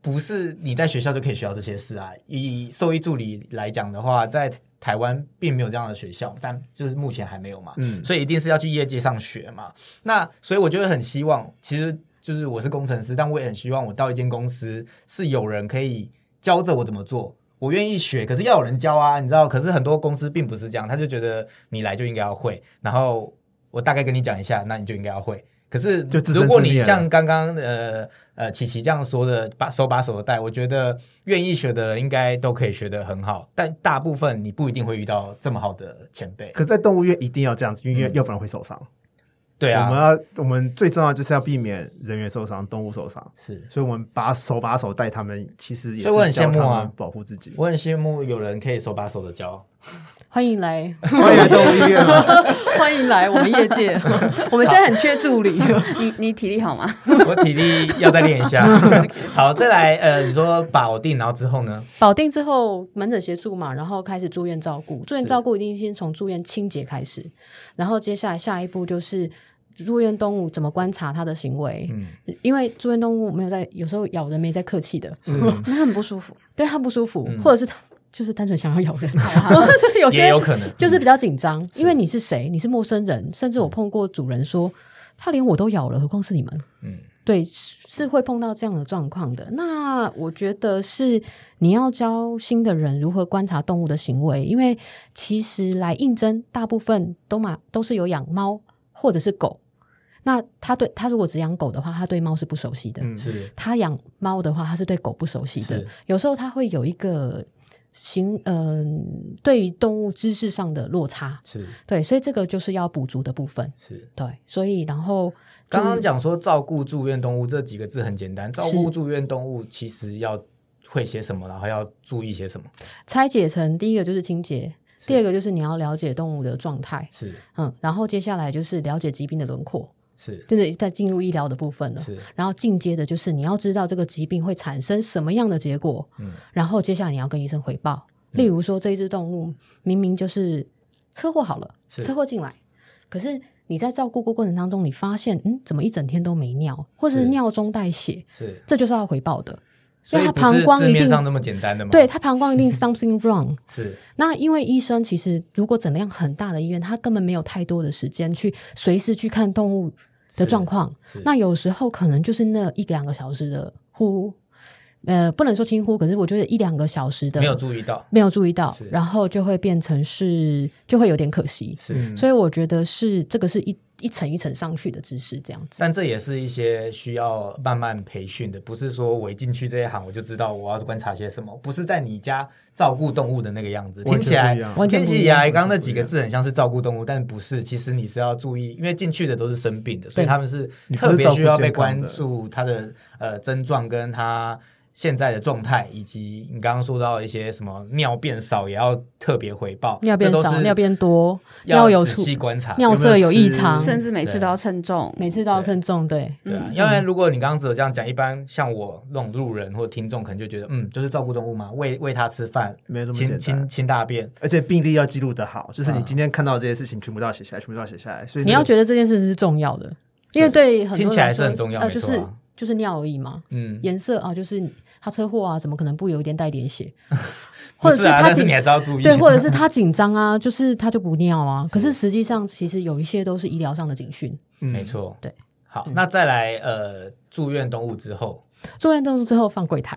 不是你在学校就可以学到这些事啊？以兽医助理来讲的话，在台湾并没有这样的学校，但就是目前还没有嘛。
嗯
所以一定是要去业界上学嘛。那所以我就会很希望，其实就是我是工程师，但我也很希望我到一间公司是有人可以教着我怎么做。我愿意学，可是要有人教啊，你知道？可是很多公司并不是这样，他就觉得你来就应该要会，然后我大概跟你讲一下，那你就应该要会。可是
就自生
如果
自灭
你
了
像刚刚呃呃琪琪这样说的，把手把手的带，我觉得愿意学的人应该都可以学得很好，但大部分你不一定会遇到这么好的前辈。
可是在动物园一定要这样子，因为
嗯
要不然会受伤。
对
我们
啊，
要我们最重要就是要避免人员受伤、动物受伤，
是
所以我们把手把手带他们，其实也
所以我很
是教
羡慕啊
他们保护自己。
我很羡慕有人可以手把手的教。
欢迎来，
欢迎动物医 院啊，
欢迎来我们业界， 我们现在很缺助理。
你你体力好吗？
我体力要再练一 下。好，再来呃，你说保定，然后之后呢？
保定之后，门诊协助嘛，然后开始住院照顾。住院照顾一定先从住院清洁开始，然后接下来下一步就是住院动物怎么观察它的行为，
嗯，
因为住院动物没有在，有时候咬人没在客气的，
嗯
那很不舒服，
对它不舒服，
嗯啊
或者是它就是单纯想要咬人，
好
或者是有
也
些
有可能
就是比较紧张，因为你是谁，你是陌生人，甚至我碰过主人说他连我都咬了，何况是你们。
嗯
对，是是会碰到这样的状况的。那我觉得是你要教新的人如何观察动物的行为，因为其实来应征大部分都嘛都是有养猫或者是狗。那他对他如果只养狗的话，他对猫是不熟悉的；
嗯，
是
他养猫的话，他是对狗不熟悉的
是。
有时候他会有一个行，嗯、对于动物知识上的落差。
是
对，所以这个就是要补足的部分。
是。
对，所以然后
刚刚讲说照顾住院动物这几个字很简单，照顾住院动物其实要会些什么，然后要注意些什么。
拆解成第一个就是清洁，第二个就是你要了解动物的状态，
是
嗯，然后接下来就是了解疾病的轮廓，
是
真的在进入医疗的部分了。
是，
然后进阶的就是你要知道这个疾病会产生什么样的结果，
嗯
然后接下来你要跟医生汇报。例如说，这一只动物明明就是车祸好了，
是
车祸进来，可是你在照顾过程当中，你发现嗯，怎么一整天都没尿，或者
是
是尿中带血，
是，
这就是要回报的。
所以
它
不
膀
是
胱
字
一
面
定
上那么简单的嘛。
对，他膀胱一定 something wrong，
是
那因为医生其实如果诊量很大的医院，他根本没有太多的时间去随时去看动物的状况
是是。
那有时候可能就是那一两个小时的呼，呃，不能说轻呼，可是我觉得一两个小时的
没有注意到。
没有注意到
是，
然后就会变成是就会有点可惜。
是，
所以我觉得是这个是一一层一层上去的知识这样子。
但这也是一些需要慢慢培训的，不是说我一进去这一行我就知道我要观察些什么，不是在你家照顾动物的那个样子。
完
听起来
全不一样
完全
听
不一样
起来刚刚那几个字很像是照顾动物，但不是，其实你是要注意，因为进去的都是生病的，所以他们是
你不是
特别需要被
照顾健康
关
的
注他的呃症状跟他。现在的状态，以及你刚刚说到一些什么尿变少，也要特别回报。
尿变
这都
少，
是啊
尿变多，
要
尿有
仔
处
细观察。
尿
有
色有
没有
异
吃
常，
甚至嗯每次
对
都要称重，
每次都要称重，对。
对啊，
嗯
因为如果你刚刚只有这样讲，一般像我那种路人或听众，可能就觉得，嗯，就是照顾动物嘛，喂喂它吃饭，
没有这么简
清
单
清清大便，
而且病例要记录的好，就是你
嗯
今天看到这些事情，全部都要写下来，全部都要写下来。所以
你
那
要
个
觉得这件事是重要的，因为对很多人
听起来是
说
很重要，
呃，
没
就
错
是
啊。
就是尿而已嘛。
嗯，
颜色啊，就是他车祸啊，怎么可能不有一点带 点血？
不
或者
是啊，
他
但是
紧
你还是要注意，嗯
对，或者是他紧张啊，就是他就不尿 啊。可是实际上，其实有一些都是医疗上的警讯。
没错，
嗯对。
好，那再来呃，住院动物之后
做完动作之后放 柜台，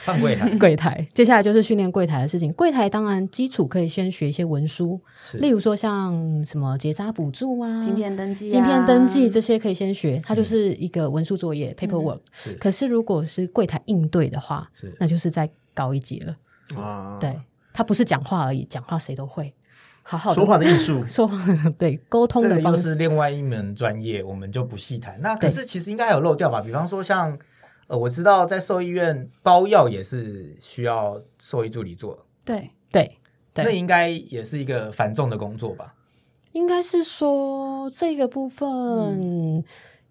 放柜 台
柜台，接下来就是训练柜台的事情。柜台当然基础可以先学一些文书，
是
例如说像什么结扎补助啊、
晶片登记、啊，
晶片登记这些可以先学，它就是一个文书作业 （paperwork）。
是
可是如果是柜台应对的话，
是
那就是再高一级了。
啊，
对，它不是讲话而已，讲话谁都会，好好地，
说话的艺术
说话对沟通
这
的
个
方
又
式。
是另外一门专业，我们就不细谈。那可
对
是其实应该还有漏掉吧？比方说像呃，我知道在兽医院包药也是需要兽医助理做，
对，
对，对
那应该也是一个繁重的工作吧？
应该是说这个部分、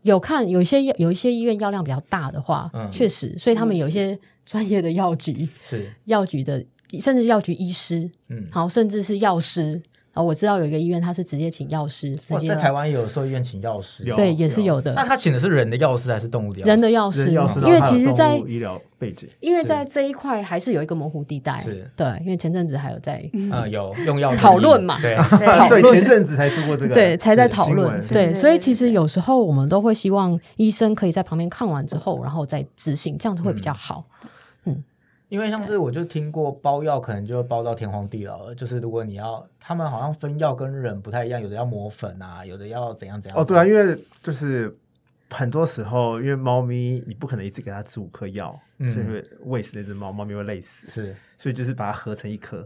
有看有一些有一些医院药量比较大的话，
嗯
确实，所以他们有一些专业的药局、
是，
药局的，甚至药局医师，
嗯，
好，甚至是药师。啊，我知道有一个医院，他是直接请药师，直
哇，
接
在台湾也有兽医院请药师，
有
对也是有
那
的，
他请的是人的药师还是动物的药师？
人的药师，
人要知道
啊因为
他有
其实
动
在，
物医疗背景，
因为
是
在这一块还是有一个模糊地带
是，
对，因为前阵子还有在
呃，有用药
讨
争议
论嘛
啊对，
讨
对，
论
前阵子才出过这个，
对，才在讨
新
论
闻。
对
对，
对
所以
对
其实
对
有时候我们都会希望医生可以在旁边看完之后，然后再执行，这样子会比较好。
因为像是我就听过包药，可能就包到天荒地老了。就是如果你要，他们好像分药跟人不太一样，有的要磨粉啊，有的要怎样怎样。
哦，对啊，因为就是很多时候，因为猫咪你不可能一次给它吃五颗药，
嗯
所以会喂死那只猫，猫咪会累死，
是
所以就是把它合成一颗。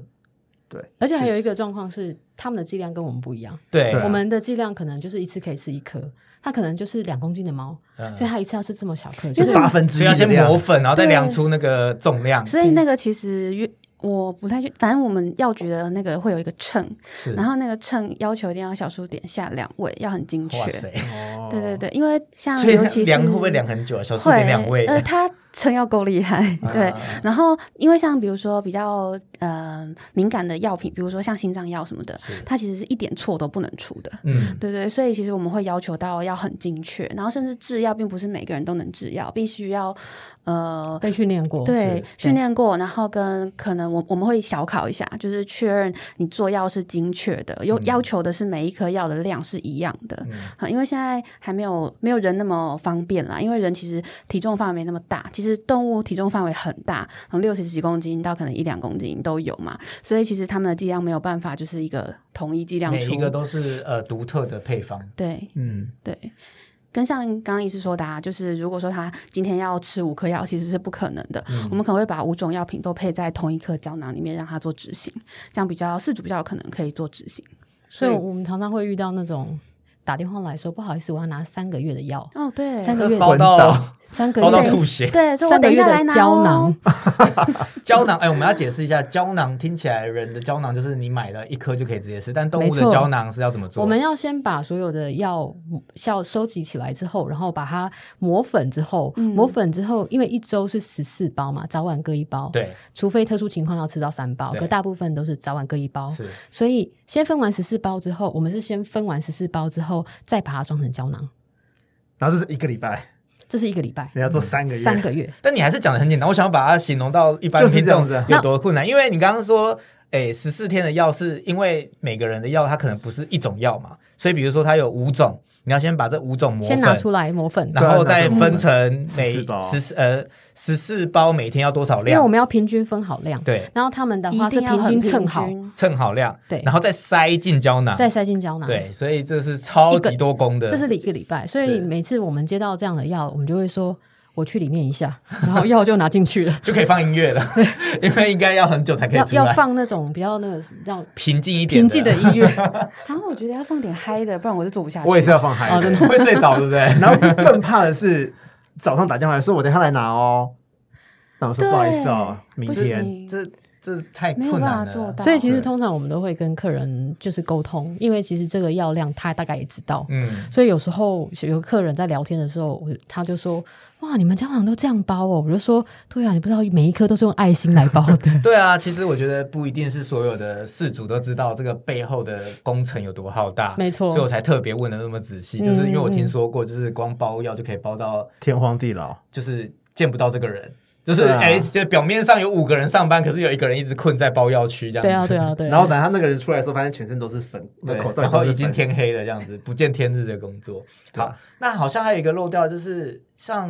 对，
而且还有一个状况是，他们的剂量跟我们不一样，
对
对啊
我们的剂量可能就是一次可以吃一颗，它可能就是两公斤的猫，
嗯
所以它一次要吃这么小颗，
就
就是是
八分之
所以
一
要
的
先
量
磨。粉，然后再
对
量出那个重量。
所以那个其实越我不太去，反正我们药局的那个会有一个秤，
是
然后那个秤要求一定要小数点下两位，要很精
哇
确。
塞，
哦
对对，对，因为像
所以
尤其是
量会不会量很久啊？小数
会
点两位，
呃，它秤要够厉害，对
啊。
然后，因为像比如说比较呃敏感的药品，比如说像心脏药什么的
是，
它其实是一点错都不能出的。
嗯，
对对，所以其实我们会要求到要很精确，然后甚至制药并不是每个人都能制药，必须要呃
被训练过。
对
是
训练过，然后跟可能我我们会小考一下，就是确认你做药是精确的，有
嗯
要求的是每一颗药的量是一样的。啊，因为现在还没有没有人那么方便啦，因为人其实体重范围没那么大，其实动物体重范围很大，从六十几公斤到可能一两公斤都有嘛，所以其实他们的剂量没有办法就是一个统一剂量
每
出
一。个都是呃独特的配方。
对
嗯，
对，跟像刚刚医师说的、啊，就是如果说他今天要吃五颗药，其实是不可能的。我们可能会把五种药品都配在同一颗胶囊里面，让它做执行，这样比较饲主比较有可能可以做执行。
所以我们常常会遇到那种打电话来说，不好意思，我要拿三个月的药，
哦，对
三个月
包
的
到
三个
包到
月
吐
的。
血，
对，所以我
三个
等一
月
下来
的
拿、哦、
胶囊，
胶囊，哎，我们要解释一下，胶囊听起来人的胶囊就是你买了一颗就可以直接吃，但动物的
没错
胶囊是要怎么做？
我们要先把所有的药效收集起来之后，然后把它磨粉之后，
嗯
磨粉之后，因为一周是十四包嘛，早晚各一包。，
对
除非特殊情况要吃到三包，
对
可大部分都是早晚各一包。
是
所以先分完十四包之后，我们是先分完十四包之后，再把它装成胶囊，
然后这是一个礼拜，
这是一个礼拜，
你要做
嗯
三个月，
三个月。
但你还是讲的很简单，我想要把它形容到一般
就是
听
这样
众
子啊
有多困难，因为你刚刚说，哎，十四天的药是因为每个人的药它可能不是一种药嘛，所以比如说它有五种，你要先把这五种磨
先拿出
粉，
来磨粉，
然
啊
后再分成每
对啊拿出来
十四呃十四包每天要多少
因为我
量，
们要平均分好量。
对，
然后他们的
一
话是
定要
平
很
均称好，
均
称好量，
对
然后再塞进胶囊，
再塞进胶囊。
对，所以这是超级多功的，
这是一个礼拜，所
是。
以每次我们接到这样的药，我们就会说。我去里面一下， 然后药就拿进去了
就可以放音乐 了，因为应该要很久 才可以
要
出来，
要放那种比较那个让
平静一点
平静的音乐，
然后我觉得要放点嗨的，不然我就做不下去。
我也是要放孩
哦真
子。
的
会睡着，对不对？
然后更怕的是早上打电话来说，我等一下来拿哦。那我说
对
不好意思哦，明
不
天。
行，
这这太
没有
困
办
难
法
了。
做到。
所以其实
对
通常我们都会跟客人就是沟通，因为其实这个药量他大概也知道，
嗯，。
所以有时候有客人在聊天的时候，我他就说：“哇，你们家好像都这样包哦。”我就说：“对啊，你不知道每一颗都是用爱心来包的
对啊，其实我觉得不一定是所有的事主都知道这个背后的工程有多浩大，
没错
所以我才特别问的那么仔细，
嗯
就是因为我听
嗯
说过，就是光包药就可以包到，
天荒地老。
就是见不到这个人。就是
对啊
哎、就表面上有五个人上班，可是有一个人一直困在包药区这”样子。
对啊，对啊，对啊。
然后等他那个人出来的时候，发现全身都是粉，那
对，
口罩
然后
也
已
都是
经
粉
天黑了，这样子不见天日的工作。
对啊
好，那好像还有一个漏掉，就是像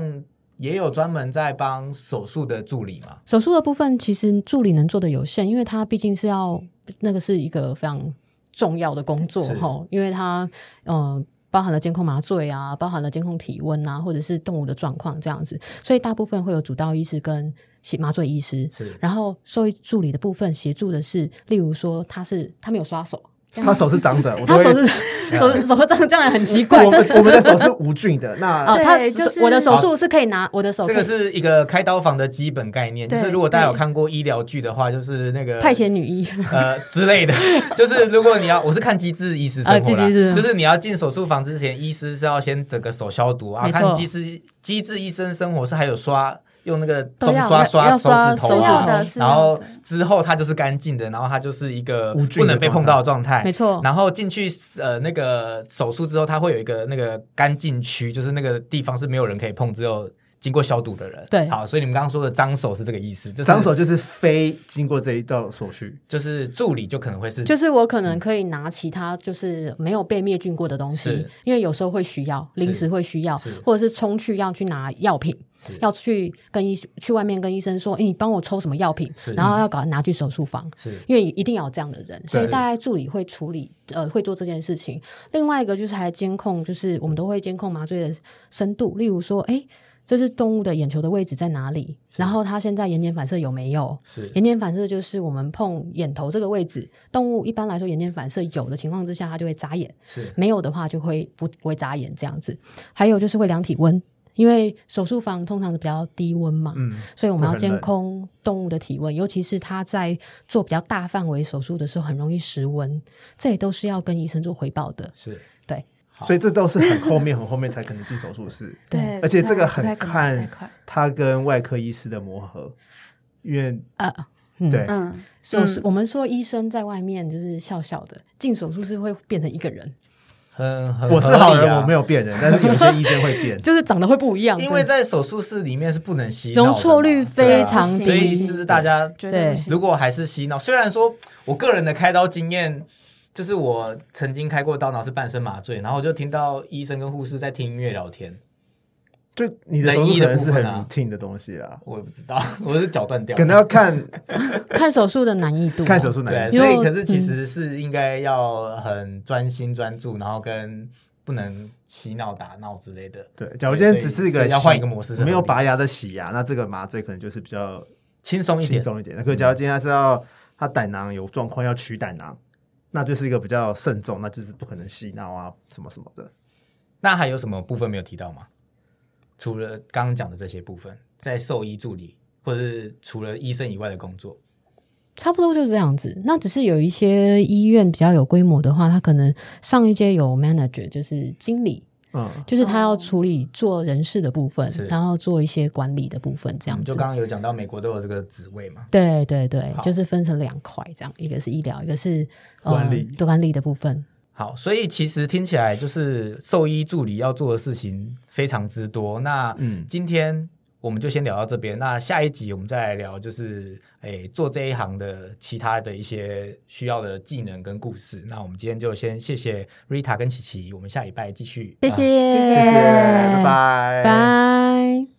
也有专门在帮手术的助理嘛，
手术的部分，其实助理能做的有限，因为他毕竟是要那个是一个非常重要的工作
是
哈，因为他呃包含了监控麻醉啊，包含了监控体温啊，或者是动物的状况这样子，所以大部分会有主刀医师跟麻醉医师，
是
然后兽医助理的部分协助的是，例如说他是他没有刷手，
他手是脏的，我
他
都会
手是手手这样这样很奇怪
我。们我们的手是无菌的，那
哦，他
对就是
我的手术是可以拿我的手可
这个
以
是一个开刀房的基本概念。就
对
是如果大家有看过医疗剧的话，就是那个
派遣女医，
呃之类的，就是如果你要，我是看《机智医师生活
啊机》智医
啦，
师
就是你要进手术房之前，医师是要先整个手消毒啊。
没错
看《机智机智医生生活》是还有刷。用那个
都
重
要
刷
要
手
刷
指头
手指
啊
是要
头
的
然后之后它就是干净的，然后它就是一个
无菌
不
的
能被碰到的状态，
没错，
然后进去呃那个手术之后，它会有一个那个干净区，就是那个地方是没有人可以碰，只有经过消毒的人。
对
好，所以你们刚刚说的脏手是这个意思，就是
脏手就是非经过这一道手续，
就是助理就可能会是嗯
就是我可能可以拿其他就是没有被灭菌过的东西
是，
因为有时候会需要，临时会需要
是，
或者是冲去要去拿药品，
是
要去跟医去外面跟医生说，哎诶你帮我抽什么药品
是，
然后要搞拿去手术房。
是
因为一定要有这样的人，所以大概助理会处理，呃，会做这件事情。另外一个就是还监控，就是我们都会监控麻醉的深度，例如说，哎，这是动物的眼球的位置在哪里，然后它现在眼睑反射有没有？
是
眼睑反射就是我们碰眼头这个位置，动物一般来说眼睑反射有的情况之下，它就会眨眼；
是
没有的话就会不不会眨眼这样子。还有就是会量体温，因为手术房通常是比较低温嘛，
嗯，
所以我们要
会很冷
监控动物的体温，尤其是它在做比较大范围手术的时候，很容易失温，这也都是要跟医生做回报
嗯
的。
是
对，
好
所以这都是很后面很后面才可能进手术室，
对，
而且
不
这个
太不
很
太可能不太
看
快
他跟外科医师的磨合，因为
呃，嗯
对
嗯，
手术、
嗯
我们说医生在外面就是笑笑的，进手术室会变成一个人，，
很很啊
我是好人，我没
有，
有变人，但是有一些医生会变
就是长得会不一样，
因为
真
在
的
手术室里面是不能吸
容错率非
对
常
啊
低，
所以就是大家
绝对不
对
行
如果还是洗脑，虽然说我个人的开刀经验，就是我曾经开过刀，然后是半身麻醉，然后我就听到医生跟护士在听音乐聊天，
就你的手术可能是
冷
很
医的部
routine 的东西啦，
我也不知道， 我是脚断掉
可
了。
能要看
看手术的难易度、啊
看手。术哪
对，
一
因
所
为
以
我
可是其实是应该要很专心专注，然后跟不能洗脑打闹之类的，
对，假如今天
对
只
所以
是一
所
个
以要
洗
换一个模式是
没有
合理的
拔牙的洗牙，那这个麻醉可能就是比较
轻松一
轻
点。
松一点。那可假如今天他是要他胆囊有状况要取胆囊，那就是一个比较慎重，那就是不可能洗脑啊什么什么的。
那还有什么部分没有提到吗？除了刚刚讲的这些部分，在兽医助理或者是除了医生以外的工作，
差不多就是这样子。那只是有一些医院比较有规模的话，他可能上一阶有 manager，就是经理，
嗯，
就是他要
哦
处理做人事的部分，
是
然后做一些管理的部分，这样
嗯就
子。
刚刚有讲到美国都有这个职位嘛，
对对对
好，
就是分成两块，这样一个是医疗，一个是
管理
呃、管理的部分。
好，所以其实听起来就是兽医助理要做的事情非常之多。那
嗯
今天我们就先聊到这边，那下一集我们再来聊，就是诶做这一行的其他的一些需要的技能跟故事。那我们今天就先谢谢 Rita 跟琪琪，我们下礼拜继续。
谢
啊
谢，
谢谢，拜拜，
拜。